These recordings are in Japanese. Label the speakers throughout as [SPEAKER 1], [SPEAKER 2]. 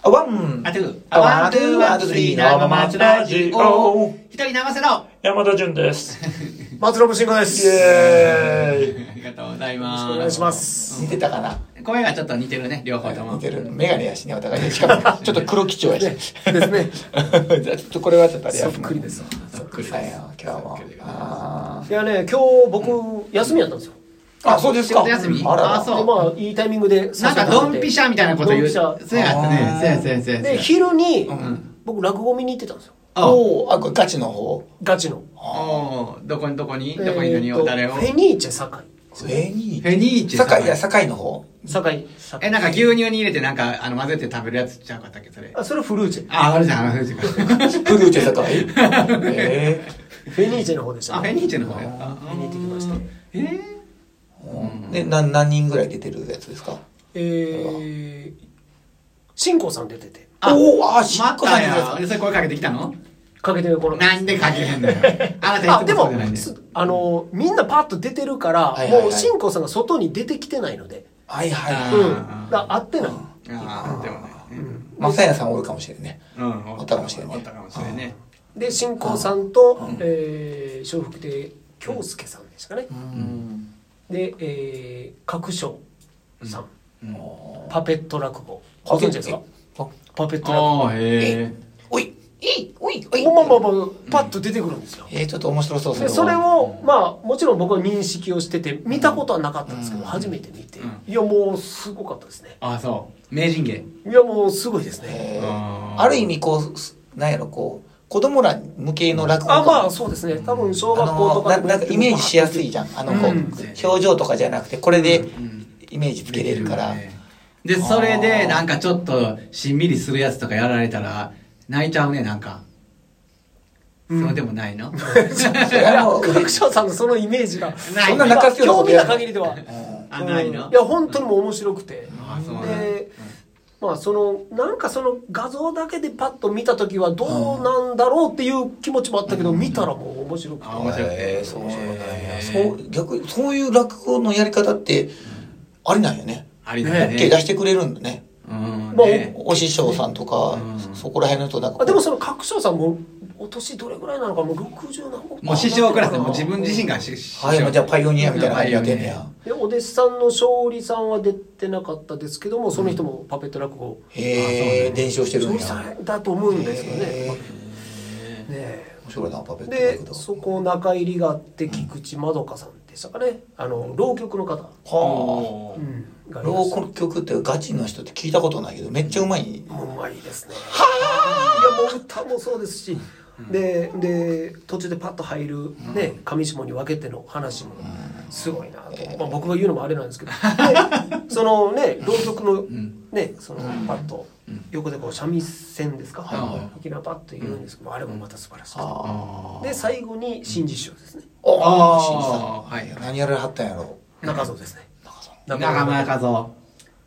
[SPEAKER 1] あワン
[SPEAKER 2] あ、トゥー、あ、ワン、トゥー、ワン、トゥー、スリー、長松ラジオ。一人長瀬の。
[SPEAKER 3] 山田純です。
[SPEAKER 1] 松信慎吾です。
[SPEAKER 3] イエーイ。
[SPEAKER 2] ありがとうござい
[SPEAKER 1] よろ
[SPEAKER 2] ま
[SPEAKER 1] し
[SPEAKER 2] す。
[SPEAKER 1] くお願いしま。す。
[SPEAKER 2] 似
[SPEAKER 1] 似
[SPEAKER 2] て
[SPEAKER 1] てたかな
[SPEAKER 2] 声がちょっと似てるね、両方とも。
[SPEAKER 1] 似てる。メガネやしね、お互い。しか も、ちょっと黒基調やし。
[SPEAKER 4] ですね。
[SPEAKER 1] ちょっとこれはちょっとあれや
[SPEAKER 4] そっくりです。
[SPEAKER 2] そっくり
[SPEAKER 1] はい
[SPEAKER 2] です。
[SPEAKER 1] 今日も
[SPEAKER 2] そっくり。で
[SPEAKER 1] あ
[SPEAKER 4] いやね、今日僕、休みやったんですよ。
[SPEAKER 1] ーあ、そうですか。
[SPEAKER 2] 仕事休み
[SPEAKER 1] あら
[SPEAKER 2] あ
[SPEAKER 1] ら
[SPEAKER 2] そ。う
[SPEAKER 4] で、まあ、いいタイミングで。
[SPEAKER 2] なんかドンピシャみたいなこと言う。
[SPEAKER 4] ドンピシ
[SPEAKER 2] そうやったね
[SPEAKER 1] あ。ー
[SPEAKER 2] そうやそうやそう
[SPEAKER 4] ャ
[SPEAKER 2] やそう
[SPEAKER 4] で、
[SPEAKER 2] や。
[SPEAKER 4] 昼に
[SPEAKER 1] ん、
[SPEAKER 4] 僕、落語見に行ってたんですよ。
[SPEAKER 2] あ
[SPEAKER 1] おお、あ、これガチの方。
[SPEAKER 4] ガチの。
[SPEAKER 2] おーどこにどこにどこに何
[SPEAKER 4] えー
[SPEAKER 2] を
[SPEAKER 4] と
[SPEAKER 2] 誰を
[SPEAKER 4] フェニーチェ堺。
[SPEAKER 1] 上に。
[SPEAKER 2] フェニーチェ
[SPEAKER 1] 堺、いや、堺の方。
[SPEAKER 4] 堺。
[SPEAKER 2] え、なんか牛乳に入れてなんか、あの、混ぜて食べるやつちゃうかったっけ、それ。
[SPEAKER 4] あ、それフルーチェ。
[SPEAKER 2] あ、あるじゃん、あるじゃん。あ、
[SPEAKER 1] フルーチェ堺。 え
[SPEAKER 4] フェニーチェの方でした
[SPEAKER 2] フ
[SPEAKER 4] ね。
[SPEAKER 2] ェニーチェの方や。あ
[SPEAKER 4] フェニーチェ来ましたね。
[SPEAKER 2] えー
[SPEAKER 1] ーで、な、何人ぐらい出てるやつですか
[SPEAKER 4] えー、新子さん出てて。
[SPEAKER 2] あ
[SPEAKER 1] おーあーし
[SPEAKER 2] 待
[SPEAKER 1] っ
[SPEAKER 2] っ
[SPEAKER 1] こさ
[SPEAKER 2] た
[SPEAKER 1] んや
[SPEAKER 2] やん。で、それ声かけてきたの
[SPEAKER 4] かけてるこの。
[SPEAKER 2] なんでかけへん のよ。あなた
[SPEAKER 4] あ
[SPEAKER 2] いつ
[SPEAKER 4] で
[SPEAKER 2] もそう
[SPEAKER 4] も
[SPEAKER 2] じゃないね。
[SPEAKER 4] すあのみんなパッと出てるから、
[SPEAKER 1] はいはいはい
[SPEAKER 4] もう新子さんが外に出てきてないので、
[SPEAKER 1] はいはい
[SPEAKER 2] あ
[SPEAKER 1] は
[SPEAKER 2] ー
[SPEAKER 1] い。
[SPEAKER 4] うん、だから会ってない、
[SPEAKER 2] ああ、でもない。
[SPEAKER 1] まさやさんおるかもしれんね。
[SPEAKER 2] うん、
[SPEAKER 1] おったかもしれんね
[SPEAKER 2] おったかもしれんね。
[SPEAKER 4] で新子さんと、えー笑福亭京介さんでしたかね、
[SPEAKER 1] うん。
[SPEAKER 4] で、えー、角章さん、
[SPEAKER 1] お
[SPEAKER 4] パペット落語ご存知ですか
[SPEAKER 1] あ
[SPEAKER 4] パペット落語
[SPEAKER 2] ああ、へえ。
[SPEAKER 1] おい、えい、おい、おい。
[SPEAKER 4] まあまあまあパッと出てくるんですよ、
[SPEAKER 1] えー、ちょっと面白そう
[SPEAKER 4] でそれをまあもちろん僕は認識をしてて見たことはなかったんですけど、初めて見て、
[SPEAKER 2] うん
[SPEAKER 4] いやもうすごかったですね
[SPEAKER 2] ああ、そう。名人芸。
[SPEAKER 4] いやもうすごいですね、
[SPEAKER 1] え
[SPEAKER 2] あ
[SPEAKER 1] ー
[SPEAKER 2] ー
[SPEAKER 1] ある意味こうすなんやろこう子供ら向けの落語
[SPEAKER 4] あまあ
[SPEAKER 1] あ
[SPEAKER 4] そうですね多分小学校と
[SPEAKER 1] の
[SPEAKER 4] か
[SPEAKER 1] な
[SPEAKER 4] でも
[SPEAKER 1] なんかイメージしやすいじゃんあのこう、
[SPEAKER 2] うん
[SPEAKER 1] 表情とかじゃなくてこれで
[SPEAKER 2] ん
[SPEAKER 1] イメージつけれるから、
[SPEAKER 2] で、それで、なんかちょっと、しんみりするやつとかやられたら、泣いちゃうね、なんか。そうでもないの
[SPEAKER 1] それは もう
[SPEAKER 4] 学者さんのそのイメージが
[SPEAKER 2] ない
[SPEAKER 1] そんな泣かすようなこと
[SPEAKER 4] 今日見
[SPEAKER 1] や
[SPEAKER 4] た
[SPEAKER 1] ら
[SPEAKER 4] 限りでは
[SPEAKER 2] あ、ないの
[SPEAKER 4] うんいや本当にもう面白くて
[SPEAKER 2] あそうなんだ
[SPEAKER 4] でまあそのなんかその画像だけでパッと見た時はどうなんだろうっていう気持ちもあったけど見たらもう面白くて
[SPEAKER 2] あ面白い
[SPEAKER 1] えーそうなんや
[SPEAKER 2] えー
[SPEAKER 1] そう逆にそういう落語のやり方ってありなんよね
[SPEAKER 2] ありだよ
[SPEAKER 1] OK 出
[SPEAKER 2] ね。
[SPEAKER 1] してくれるんだね
[SPEAKER 2] うん
[SPEAKER 4] まあ
[SPEAKER 2] ね
[SPEAKER 1] お師匠さんとか、
[SPEAKER 2] うん
[SPEAKER 1] そこら辺の人なんかこう
[SPEAKER 4] あでもその角章さんもお年どれぐらいなのかもう60何本
[SPEAKER 2] もう師匠クラスでもう自分自身が師師匠。
[SPEAKER 1] はいもうじゃあパイオニアみたいな感じやってんね
[SPEAKER 2] パイオ
[SPEAKER 1] や
[SPEAKER 2] ニ
[SPEAKER 4] でお弟子さんの勝利さんは出てなかったですけどもその人もパペット落語
[SPEAKER 1] へえ伝承してる
[SPEAKER 4] 勝
[SPEAKER 1] ん
[SPEAKER 4] 利
[SPEAKER 1] や
[SPEAKER 4] さんだと思うんですよ
[SPEAKER 1] へ
[SPEAKER 4] ね
[SPEAKER 2] え
[SPEAKER 4] ねえ
[SPEAKER 1] 面白いなパペット
[SPEAKER 4] で
[SPEAKER 1] 落語
[SPEAKER 4] そこ中入りがあって菊池まどかさんでしたかねあの浪曲の方、
[SPEAKER 1] はあ
[SPEAKER 4] うん、がいらっ
[SPEAKER 1] ロ
[SPEAKER 4] しゃる
[SPEAKER 1] ー曲ってガチの人って聞いたことないけどめっちゃうまい
[SPEAKER 4] もううまいですねはいやもう歌もそうですしでで途中でパッと入る、ね、上下に分けての話もすごいなと、まあ、僕が言うのもあれなん ですけどでそのね浪曲のねそのパッと横でこう三味線ですか
[SPEAKER 2] は
[SPEAKER 4] 沖縄パッと言うんですけどあれもまた素晴らしくて
[SPEAKER 1] あ
[SPEAKER 4] で最後に新実習ですね
[SPEAKER 1] あ
[SPEAKER 2] あー
[SPEAKER 1] 新
[SPEAKER 2] はい
[SPEAKER 1] さん何やられはったんやろ
[SPEAKER 4] 中蔵ですね
[SPEAKER 2] 中村和夫。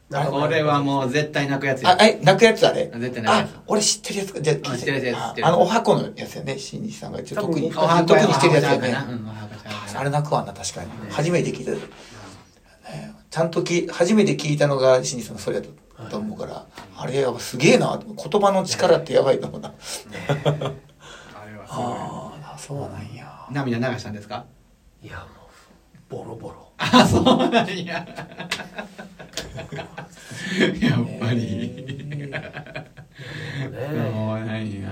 [SPEAKER 4] 中
[SPEAKER 2] これはもう絶対泣くやつ
[SPEAKER 1] あ
[SPEAKER 2] や。
[SPEAKER 1] え泣くやつあれ
[SPEAKER 2] 絶対泣くやつ
[SPEAKER 1] あ俺知ってるやつかじゃあ聞い
[SPEAKER 2] あ知ってるやつ知ってる
[SPEAKER 1] ああのお箱のやつやね新西さんが一応特に
[SPEAKER 4] 多
[SPEAKER 1] 特
[SPEAKER 4] 分
[SPEAKER 1] にしてるやつやね
[SPEAKER 2] うん、お墓ちゃうか
[SPEAKER 1] あ
[SPEAKER 2] な
[SPEAKER 1] れ泣くわな確かに初めて聞いたねちゃんとき初めて聞いたのが新西さんのそれやったと思うからあれやばすげえな言葉の力ってやばいと思うな
[SPEAKER 2] あれはす
[SPEAKER 1] あーあそうなんや
[SPEAKER 2] ごい。涙流したんですか
[SPEAKER 4] いやもうボロボロ
[SPEAKER 2] あ、そうなんや。やっぱり。
[SPEAKER 4] ね
[SPEAKER 2] うなんや。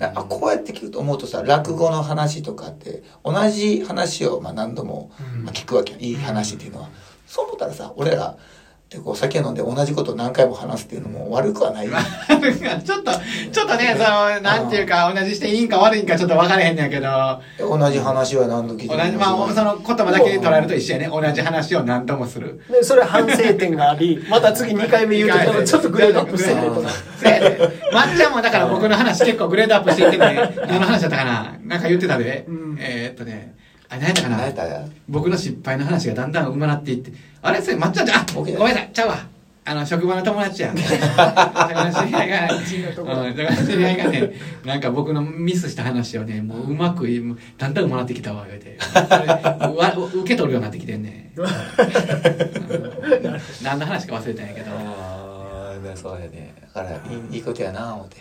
[SPEAKER 1] あこうやって聞くと思うとさ落語の話とかって同じ話をまあ何度もまあ聞くわけよいい話っていうのは、そう思ったらさ俺らってこう酒飲んで同じことを何回も話すっていうのも悪くは ない、
[SPEAKER 2] ちょっと、ちょっとね、その、なんていうか、同じしていいんか悪いんかちょっと分からへんねんけど、
[SPEAKER 1] 同じ話は何度聞いて
[SPEAKER 2] 同
[SPEAKER 1] も
[SPEAKER 2] じ、まあ、その言葉だけ捉えると一緒やね。同じ話を何度もする。
[SPEAKER 4] でそれ反省点があり また次2回目言うと多分ちょっとグレードアップしてるとか
[SPEAKER 2] そうやねまっちゃんもだから僕の話結構グレードアップしていってね、何の話だったかななんか言ってたで。
[SPEAKER 4] うん
[SPEAKER 2] えーっとね、あ、何やったかな
[SPEAKER 1] 何やったら
[SPEAKER 2] 僕の失敗の話がだんだん上手なっていって、あれそれ、まっちゃんじゃん、あ、ごめんなさい、ちゃうわ。あの、職場の友達や。 職場の知り合いが、うん職場の知り合いがね、なんか僕のミスした話をね、もううまく、もうだんだん上手なってきたわ、言うて。それわ受け取るようになってきてんね。うん何の話か忘れたんやけど。
[SPEAKER 1] あー
[SPEAKER 5] そうやで
[SPEAKER 1] だからいいいいことやな思って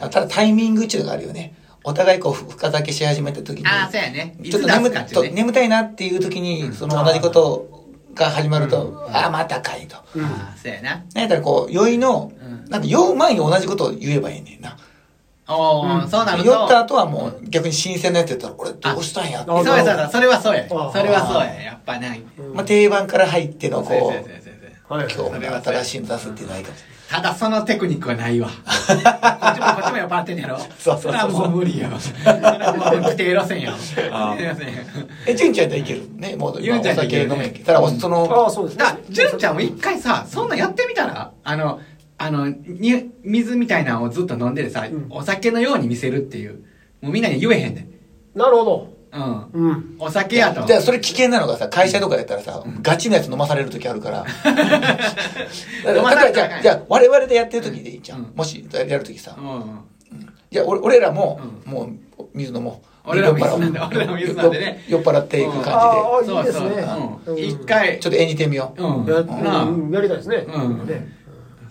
[SPEAKER 1] ただタイミングっちゅうのがあるよねお互いこうふ深酒し始めた時に
[SPEAKER 2] ああ、そうやね。い
[SPEAKER 1] ちょっ
[SPEAKER 2] つ
[SPEAKER 1] と
[SPEAKER 2] 出す
[SPEAKER 1] 眠
[SPEAKER 2] かっ
[SPEAKER 1] って
[SPEAKER 2] いう
[SPEAKER 1] と
[SPEAKER 2] ね。
[SPEAKER 1] 眠たいなっていう時にその同じことが始まると、ああまたかいと。
[SPEAKER 2] ああ、そうやな。
[SPEAKER 1] なんやったらこう酔いの
[SPEAKER 2] うん
[SPEAKER 1] なんか酔う前に同じことを言えばいいねんな。
[SPEAKER 2] おお、そうなると。
[SPEAKER 1] 酔った後はもう逆に新鮮なやつやったら俺どうしたんやって。
[SPEAKER 4] あ
[SPEAKER 2] そうやそうや、それはそうや。そ
[SPEAKER 4] ああ
[SPEAKER 2] れはそうや。やっぱない。
[SPEAKER 1] まあ定番から入っての
[SPEAKER 2] そうやそう
[SPEAKER 1] こ
[SPEAKER 2] やそう
[SPEAKER 1] う
[SPEAKER 2] やそうや
[SPEAKER 4] はい
[SPEAKER 1] 今日も新しいの出すっていうのはいいかもしれない。
[SPEAKER 2] ただそのテクニックは ないわ。こっちもこっちも酔っ払ってんやろ。
[SPEAKER 1] そうそうそう
[SPEAKER 2] れはもう無理やわ。それはもう規定路線やわ。
[SPEAKER 5] ああ
[SPEAKER 2] 規定路線や
[SPEAKER 1] え、純ちゃんやったらいけるね。もう
[SPEAKER 2] 純ち
[SPEAKER 1] お
[SPEAKER 2] ゃんやったらい
[SPEAKER 1] 酒
[SPEAKER 2] ける
[SPEAKER 1] 飲
[SPEAKER 2] ね
[SPEAKER 1] めんけどただおその、
[SPEAKER 4] ああそうですね
[SPEAKER 2] だ、純ちゃんも一回さ、そんなんやってみたら、あの、あの、に、水みたいなのをずっと飲んでてさ、
[SPEAKER 4] うん
[SPEAKER 2] お酒のように見せるっていう。もうみんなに言えへんねん。
[SPEAKER 4] なるほど
[SPEAKER 2] うん。
[SPEAKER 4] うん
[SPEAKER 2] お酒やと。
[SPEAKER 1] じゃあそれ危険なのがさ、会社とかやったらさ、ガチなやつ飲まされる時あるから。だ
[SPEAKER 2] 飲ま
[SPEAKER 1] か
[SPEAKER 2] さ
[SPEAKER 1] ら
[SPEAKER 2] れ
[SPEAKER 1] じ
[SPEAKER 2] た
[SPEAKER 1] ゃ
[SPEAKER 2] らあか
[SPEAKER 1] あ、
[SPEAKER 2] んやん
[SPEAKER 1] じゃあ我々でやってる時でいいじゃん。
[SPEAKER 2] うん
[SPEAKER 1] もしやる時さ
[SPEAKER 2] う、ん。
[SPEAKER 1] いや俺俺らも、
[SPEAKER 2] う
[SPEAKER 1] もう水飲もう。
[SPEAKER 2] 俺らも
[SPEAKER 1] 酔っ払おう
[SPEAKER 2] 水飲んで俺らも水飲んでね
[SPEAKER 1] 酔っ払っていく
[SPEAKER 2] うん
[SPEAKER 1] 感
[SPEAKER 4] あい
[SPEAKER 2] そ
[SPEAKER 4] いうです
[SPEAKER 2] そう
[SPEAKER 4] ね
[SPEAKER 2] うん。
[SPEAKER 4] うん
[SPEAKER 2] 一回
[SPEAKER 1] じで、ちょ。っと演じてみよう。
[SPEAKER 2] うん。
[SPEAKER 4] や,、
[SPEAKER 2] なあ
[SPEAKER 4] うん、やりたいですね。
[SPEAKER 2] うん
[SPEAKER 4] ね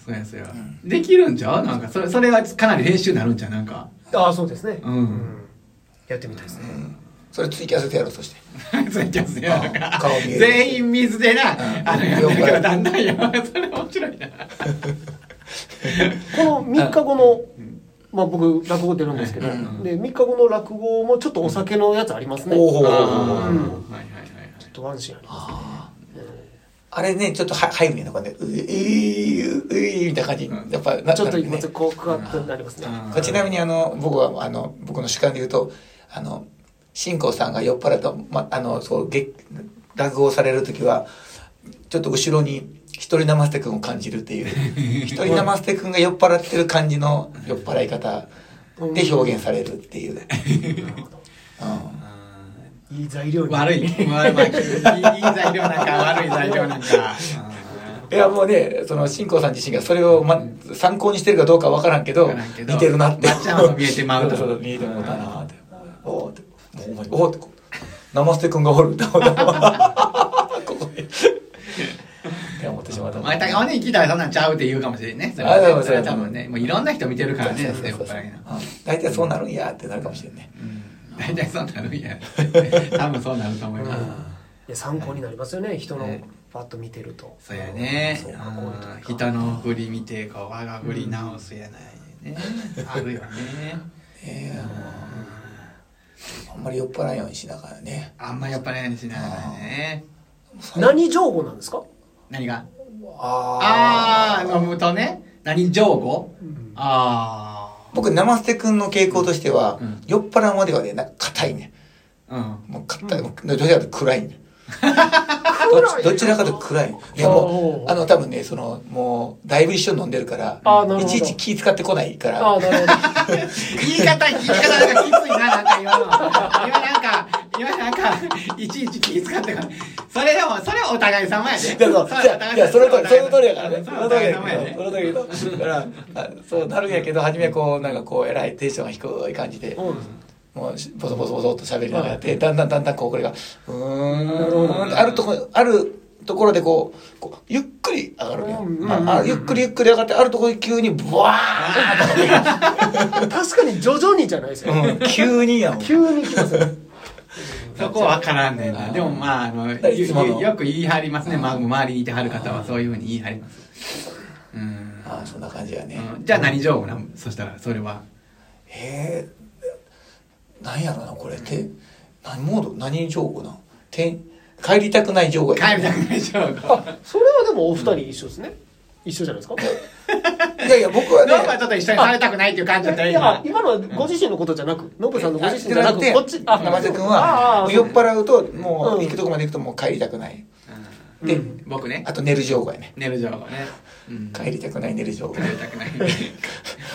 [SPEAKER 2] そうやそうや。できるんちゃうなんか、それ、それはかなり練習になるんちゃうなんか。
[SPEAKER 4] ああ、そうですね、
[SPEAKER 2] うん
[SPEAKER 4] やってみたいですね。
[SPEAKER 1] それツイキャスでやろう、そして。
[SPEAKER 2] 全員水やなんか
[SPEAKER 1] 顔見える
[SPEAKER 2] 全員水でな、あの、やってるけど、だんだんやばい。それ面白いな。
[SPEAKER 4] この3日後の、まあ、僕、落語出るんですけど、
[SPEAKER 2] うん
[SPEAKER 4] で3日後の落語もちょっとお酒のやつありますね。
[SPEAKER 1] おお
[SPEAKER 4] ちょ
[SPEAKER 2] あーはいはいはい
[SPEAKER 4] うん
[SPEAKER 2] はい。
[SPEAKER 4] っとワンシーンありますね。
[SPEAKER 1] あれね、ちょっとは入るね、なんかね、ういう、ういう、みたいな感じ。やっぱ、な
[SPEAKER 4] ちょっと
[SPEAKER 1] なるね
[SPEAKER 4] 今、こう、クワッとなりますね。
[SPEAKER 2] あ
[SPEAKER 1] これちなみにあの僕はあの僕の主観で言うとあの新光さんが酔っ払った、ま、あのそうげ落語をされる時はちょっと後ろに一人生瀬君を感じるっていう一人生瀬君が酔っ払ってる感じの酔っ払い方で表現されるっていう、うん、
[SPEAKER 4] いい材料に。
[SPEAKER 2] 悪い。悪い。いい材料なんか、悪い材料なんか。
[SPEAKER 1] いやもうねその新光さん自身がそれを、ま、参考にしてるかどうかわからんけど
[SPEAKER 2] わからんけど
[SPEAKER 1] 似てるなって
[SPEAKER 2] まっちゃんは見えてまうと
[SPEAKER 1] そうそう見えてもうたなっておおってもうお前おおってこう生瀬君がおるって思ったここにって思ってしまった
[SPEAKER 2] まあ、たかね、聞いたらそんなんちゃうって言うかもしれんね。それ
[SPEAKER 1] あでも
[SPEAKER 2] はね
[SPEAKER 1] そ
[SPEAKER 2] そうれは多分ね、もういろんな人見てるからね、
[SPEAKER 1] そう
[SPEAKER 2] やっ
[SPEAKER 1] そうそ
[SPEAKER 2] ぱ
[SPEAKER 1] う
[SPEAKER 2] りな。
[SPEAKER 1] うん大体そうなるんやってなるかもしれんね
[SPEAKER 2] うん大体そうなる んや。多分そうなると思います。
[SPEAKER 4] いや参考になりますよね、人の
[SPEAKER 2] ね
[SPEAKER 4] パッと見てると。
[SPEAKER 2] そうやね
[SPEAKER 4] そう。かこういうとこ
[SPEAKER 2] あ
[SPEAKER 4] か
[SPEAKER 2] ー人の振り見て、こう、我が振り直すやないね。あるよね。
[SPEAKER 1] ええあんまり酔っ払うようにしながらね
[SPEAKER 2] あんまやっぱりしながらね。
[SPEAKER 4] 何情報なんですか
[SPEAKER 2] 何が
[SPEAKER 1] あ
[SPEAKER 2] あ
[SPEAKER 1] ー
[SPEAKER 2] あー、飲むとね。何情報あ
[SPEAKER 1] 僕生瀬君の傾向としては、
[SPEAKER 2] うん
[SPEAKER 1] 酔っ払うまではねなんか硬いね
[SPEAKER 2] あ。うん。
[SPEAKER 1] もう硬い、もうどちらかというと暗いんだよどっちどちらかというと暗いいやも
[SPEAKER 4] お
[SPEAKER 1] う
[SPEAKER 4] ー
[SPEAKER 1] あの多分ねそのもうだいぶ一緒に飲んでるから
[SPEAKER 4] あーなるほど
[SPEAKER 1] いちいち気使ってこないか
[SPEAKER 4] ああ、
[SPEAKER 1] ら
[SPEAKER 4] なるほど。
[SPEAKER 2] 言い方、言い方なんかきついな、なんか今の。今なんか、今なんか、いちいち気遣ってから。それでも、それはお互い様やで。
[SPEAKER 1] いや そうい
[SPEAKER 2] れはお
[SPEAKER 1] や
[SPEAKER 2] 互
[SPEAKER 1] いやその通りその通りや
[SPEAKER 2] や
[SPEAKER 1] からね
[SPEAKER 2] そ
[SPEAKER 1] そ
[SPEAKER 2] れ
[SPEAKER 1] の
[SPEAKER 2] はお
[SPEAKER 1] 通り
[SPEAKER 2] 互い
[SPEAKER 1] や
[SPEAKER 2] 様
[SPEAKER 1] け
[SPEAKER 2] や
[SPEAKER 1] ど
[SPEAKER 2] で
[SPEAKER 1] そ。の通りだからあそうなるんやけど初めこうなんかこうえらいテンションが低い感じで
[SPEAKER 4] うん
[SPEAKER 1] もうしボソボソボソっと喋りながらやってだんだんだんだんこうこれがうーんってあるとこあるところでこうこうゆっくり上がるわけよ
[SPEAKER 4] うん
[SPEAKER 1] ああゆっくりゆっくり上がってあるところで急にブワ ーンと
[SPEAKER 4] 確かに徐々にじゃないですよ。
[SPEAKER 1] うん、急にやもん。
[SPEAKER 4] 急に来ますよ。
[SPEAKER 2] そこは分からんねんな。でもまあ、あの、
[SPEAKER 1] からい
[SPEAKER 2] ゆ
[SPEAKER 1] つもの
[SPEAKER 2] ゆよく言い張りますね。まあ、周りにいてはる方はそういうふうに言い張ります。うん。
[SPEAKER 1] ああ、そんな感じやね。
[SPEAKER 2] うんじゃあ何情報なんそしたら、それは。
[SPEAKER 1] へえ、なんやろな、これって。何モード何情報なんて帰りたくない情報や。
[SPEAKER 2] 帰りたくない情報。
[SPEAKER 4] あ、それはでもお二人一緒ですね。一緒じゃないですか
[SPEAKER 1] いやいや、僕は
[SPEAKER 2] ノブはちょ
[SPEAKER 1] ね、
[SPEAKER 2] っと一緒にされたくないっていう感じだったよ、
[SPEAKER 4] いや
[SPEAKER 2] 今。
[SPEAKER 4] 今のはご自身のことじゃなく、ノブさんのご自身じゃ
[SPEAKER 1] あ
[SPEAKER 4] な
[SPEAKER 1] じゃなく
[SPEAKER 4] く、
[SPEAKER 1] て
[SPEAKER 4] こっち、
[SPEAKER 1] 生瀬君
[SPEAKER 4] ああ
[SPEAKER 1] は
[SPEAKER 4] あ、
[SPEAKER 1] 酔っ払うと、もう、
[SPEAKER 4] うん
[SPEAKER 1] 行くとこまで行くともう帰りたくない。
[SPEAKER 4] うん
[SPEAKER 1] で、
[SPEAKER 4] うん
[SPEAKER 2] 僕ね
[SPEAKER 1] あ。と寝る情報やね。
[SPEAKER 2] 寝る情報ね。うん
[SPEAKER 1] 帰りたくない寝る情報
[SPEAKER 2] 帰。りたくない。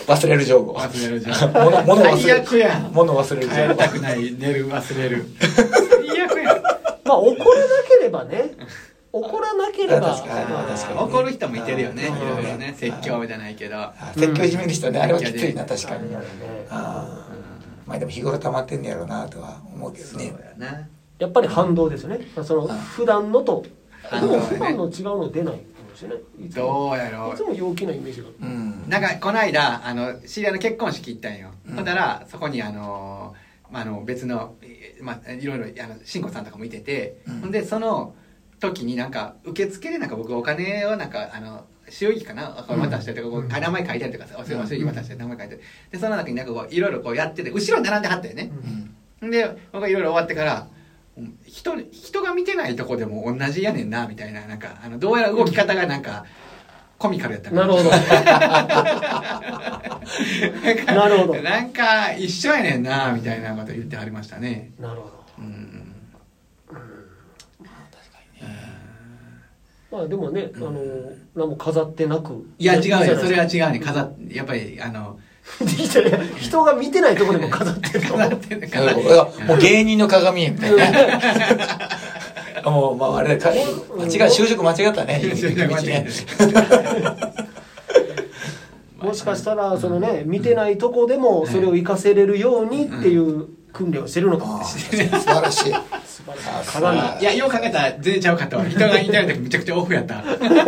[SPEAKER 1] 忘れる情報。
[SPEAKER 2] 忘れる情報。
[SPEAKER 1] 物物忘
[SPEAKER 2] 最
[SPEAKER 1] れ
[SPEAKER 2] 悪
[SPEAKER 1] る。
[SPEAKER 2] やん。
[SPEAKER 1] 物忘れる情
[SPEAKER 2] 帰りた
[SPEAKER 1] 報。
[SPEAKER 2] くない寝る忘れる最悪やん
[SPEAKER 4] まあ怒らなければね怒らなければ
[SPEAKER 1] あ確かに
[SPEAKER 4] まあ
[SPEAKER 1] 確かに
[SPEAKER 2] 怒る人もいてるよねい
[SPEAKER 1] うん
[SPEAKER 2] ろいろね説教じゃないけど
[SPEAKER 1] あ説教じめでしたね。あれはきついな、確かに。
[SPEAKER 4] や
[SPEAKER 1] あ
[SPEAKER 4] るね
[SPEAKER 1] あ。まあでも日頃溜まってんねやろうな、とは思うけど
[SPEAKER 2] そう
[SPEAKER 1] ね。
[SPEAKER 2] やな
[SPEAKER 4] やっぱり反動ですよねその
[SPEAKER 1] うん
[SPEAKER 4] 普段のと
[SPEAKER 2] 反
[SPEAKER 4] で
[SPEAKER 2] 動だ
[SPEAKER 4] も
[SPEAKER 2] ね
[SPEAKER 4] 普段の違うの出ないですよねいつも
[SPEAKER 2] どうやろ
[SPEAKER 4] いつも陽気なイメージがある
[SPEAKER 1] うん。
[SPEAKER 2] なんかこの間あの知り合いの結婚式行ったんよ、
[SPEAKER 1] うん
[SPEAKER 2] ほんだらそこにあの,、まあ、あの別の、えーまあ、いろいろあの慎吾さんとかもいてて、
[SPEAKER 1] うん
[SPEAKER 2] ほんでその時になんか受付でなんか僕お金をなんかあの収益かなこれ渡したりとか、こう名前書いたりとかさお収益渡したり名前書いたりでその中になんかこういろいろこうやってて後ろに並んではったよね、
[SPEAKER 1] うん。
[SPEAKER 2] で僕いろいろ終わってからうん人人が見てないとこでも同じやねんなみたいななんかあのどうやら動き方がなんかコミカルやった
[SPEAKER 4] なるほどなるほど
[SPEAKER 2] なんか一緒やねんなみたいなこと言ってはりましたね
[SPEAKER 4] なるほど
[SPEAKER 2] うん
[SPEAKER 4] まあでもね、あの何も飾ってなく
[SPEAKER 2] いや違うよそれは
[SPEAKER 4] う
[SPEAKER 2] 違うね飾っやっぱりあの
[SPEAKER 4] 人が見てないとこでも飾ってる と思
[SPEAKER 2] 飾
[SPEAKER 4] う
[SPEAKER 2] ってる
[SPEAKER 1] い
[SPEAKER 2] から
[SPEAKER 1] やもう芸人の鏡みたいな。もう、まあ、あれ、か間違
[SPEAKER 4] ん
[SPEAKER 1] い、就職間違ったね。
[SPEAKER 2] 就職間違え
[SPEAKER 4] もしかしたらそのね見てないとこでもそれを活かせれるようにっていう訓練をしてるのか
[SPEAKER 1] あ
[SPEAKER 4] も
[SPEAKER 1] あ
[SPEAKER 4] し
[SPEAKER 1] 素晴らしい。
[SPEAKER 4] れない
[SPEAKER 1] あ
[SPEAKER 4] 鏡
[SPEAKER 1] そう
[SPEAKER 2] いやよう考えたら全然ちゃうかった わ人がいない時めちゃくちゃオフやったありがとうござ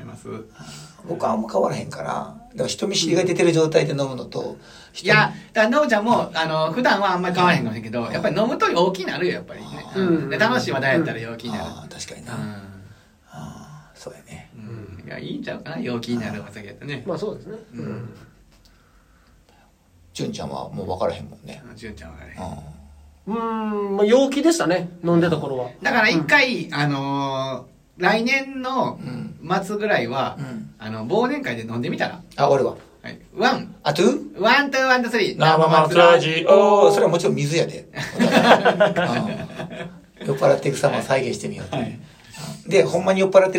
[SPEAKER 2] います
[SPEAKER 1] 僕はあんま変わらへんから、でも人見知りが出てる状態で飲むのと、
[SPEAKER 2] いや、だから、のぶちゃんも、あの、普段はあんまり変わらへんかもしれんけど、やっぱり飲むと陽気になるよ、やっぱりね。
[SPEAKER 4] うん
[SPEAKER 2] うんで楽しい話題やったら陽気
[SPEAKER 1] 人見
[SPEAKER 2] にな
[SPEAKER 1] 知り
[SPEAKER 2] る。
[SPEAKER 1] ああ、確かにな。ああ、そうやね。
[SPEAKER 2] うん。うん。いや、いいんちゃうかな、陽気になるお酒やったね。
[SPEAKER 4] まあそうですね、
[SPEAKER 2] うん
[SPEAKER 4] うん
[SPEAKER 1] 純ちゃんはもう分からへんもんね。
[SPEAKER 2] 純ちゃんはね
[SPEAKER 1] うん。。
[SPEAKER 4] うーん、まあ、陽気でしたね飲んでた頃は
[SPEAKER 2] だから一回、あのー、来年の
[SPEAKER 1] うん
[SPEAKER 2] 末ぐらいは、
[SPEAKER 1] うん
[SPEAKER 2] あの、忘年会で飲んでみたら。
[SPEAKER 1] あ、俺は。
[SPEAKER 2] はい。ワン、
[SPEAKER 1] あと
[SPEAKER 2] ワンとワンとスリー。
[SPEAKER 3] 生松ラジ
[SPEAKER 1] おお、
[SPEAKER 3] オ
[SPEAKER 1] それはもちろん水やで。うん酔っ払っていく様を再現してみようって。
[SPEAKER 2] はい
[SPEAKER 1] で、ほんまに酔っ払ってる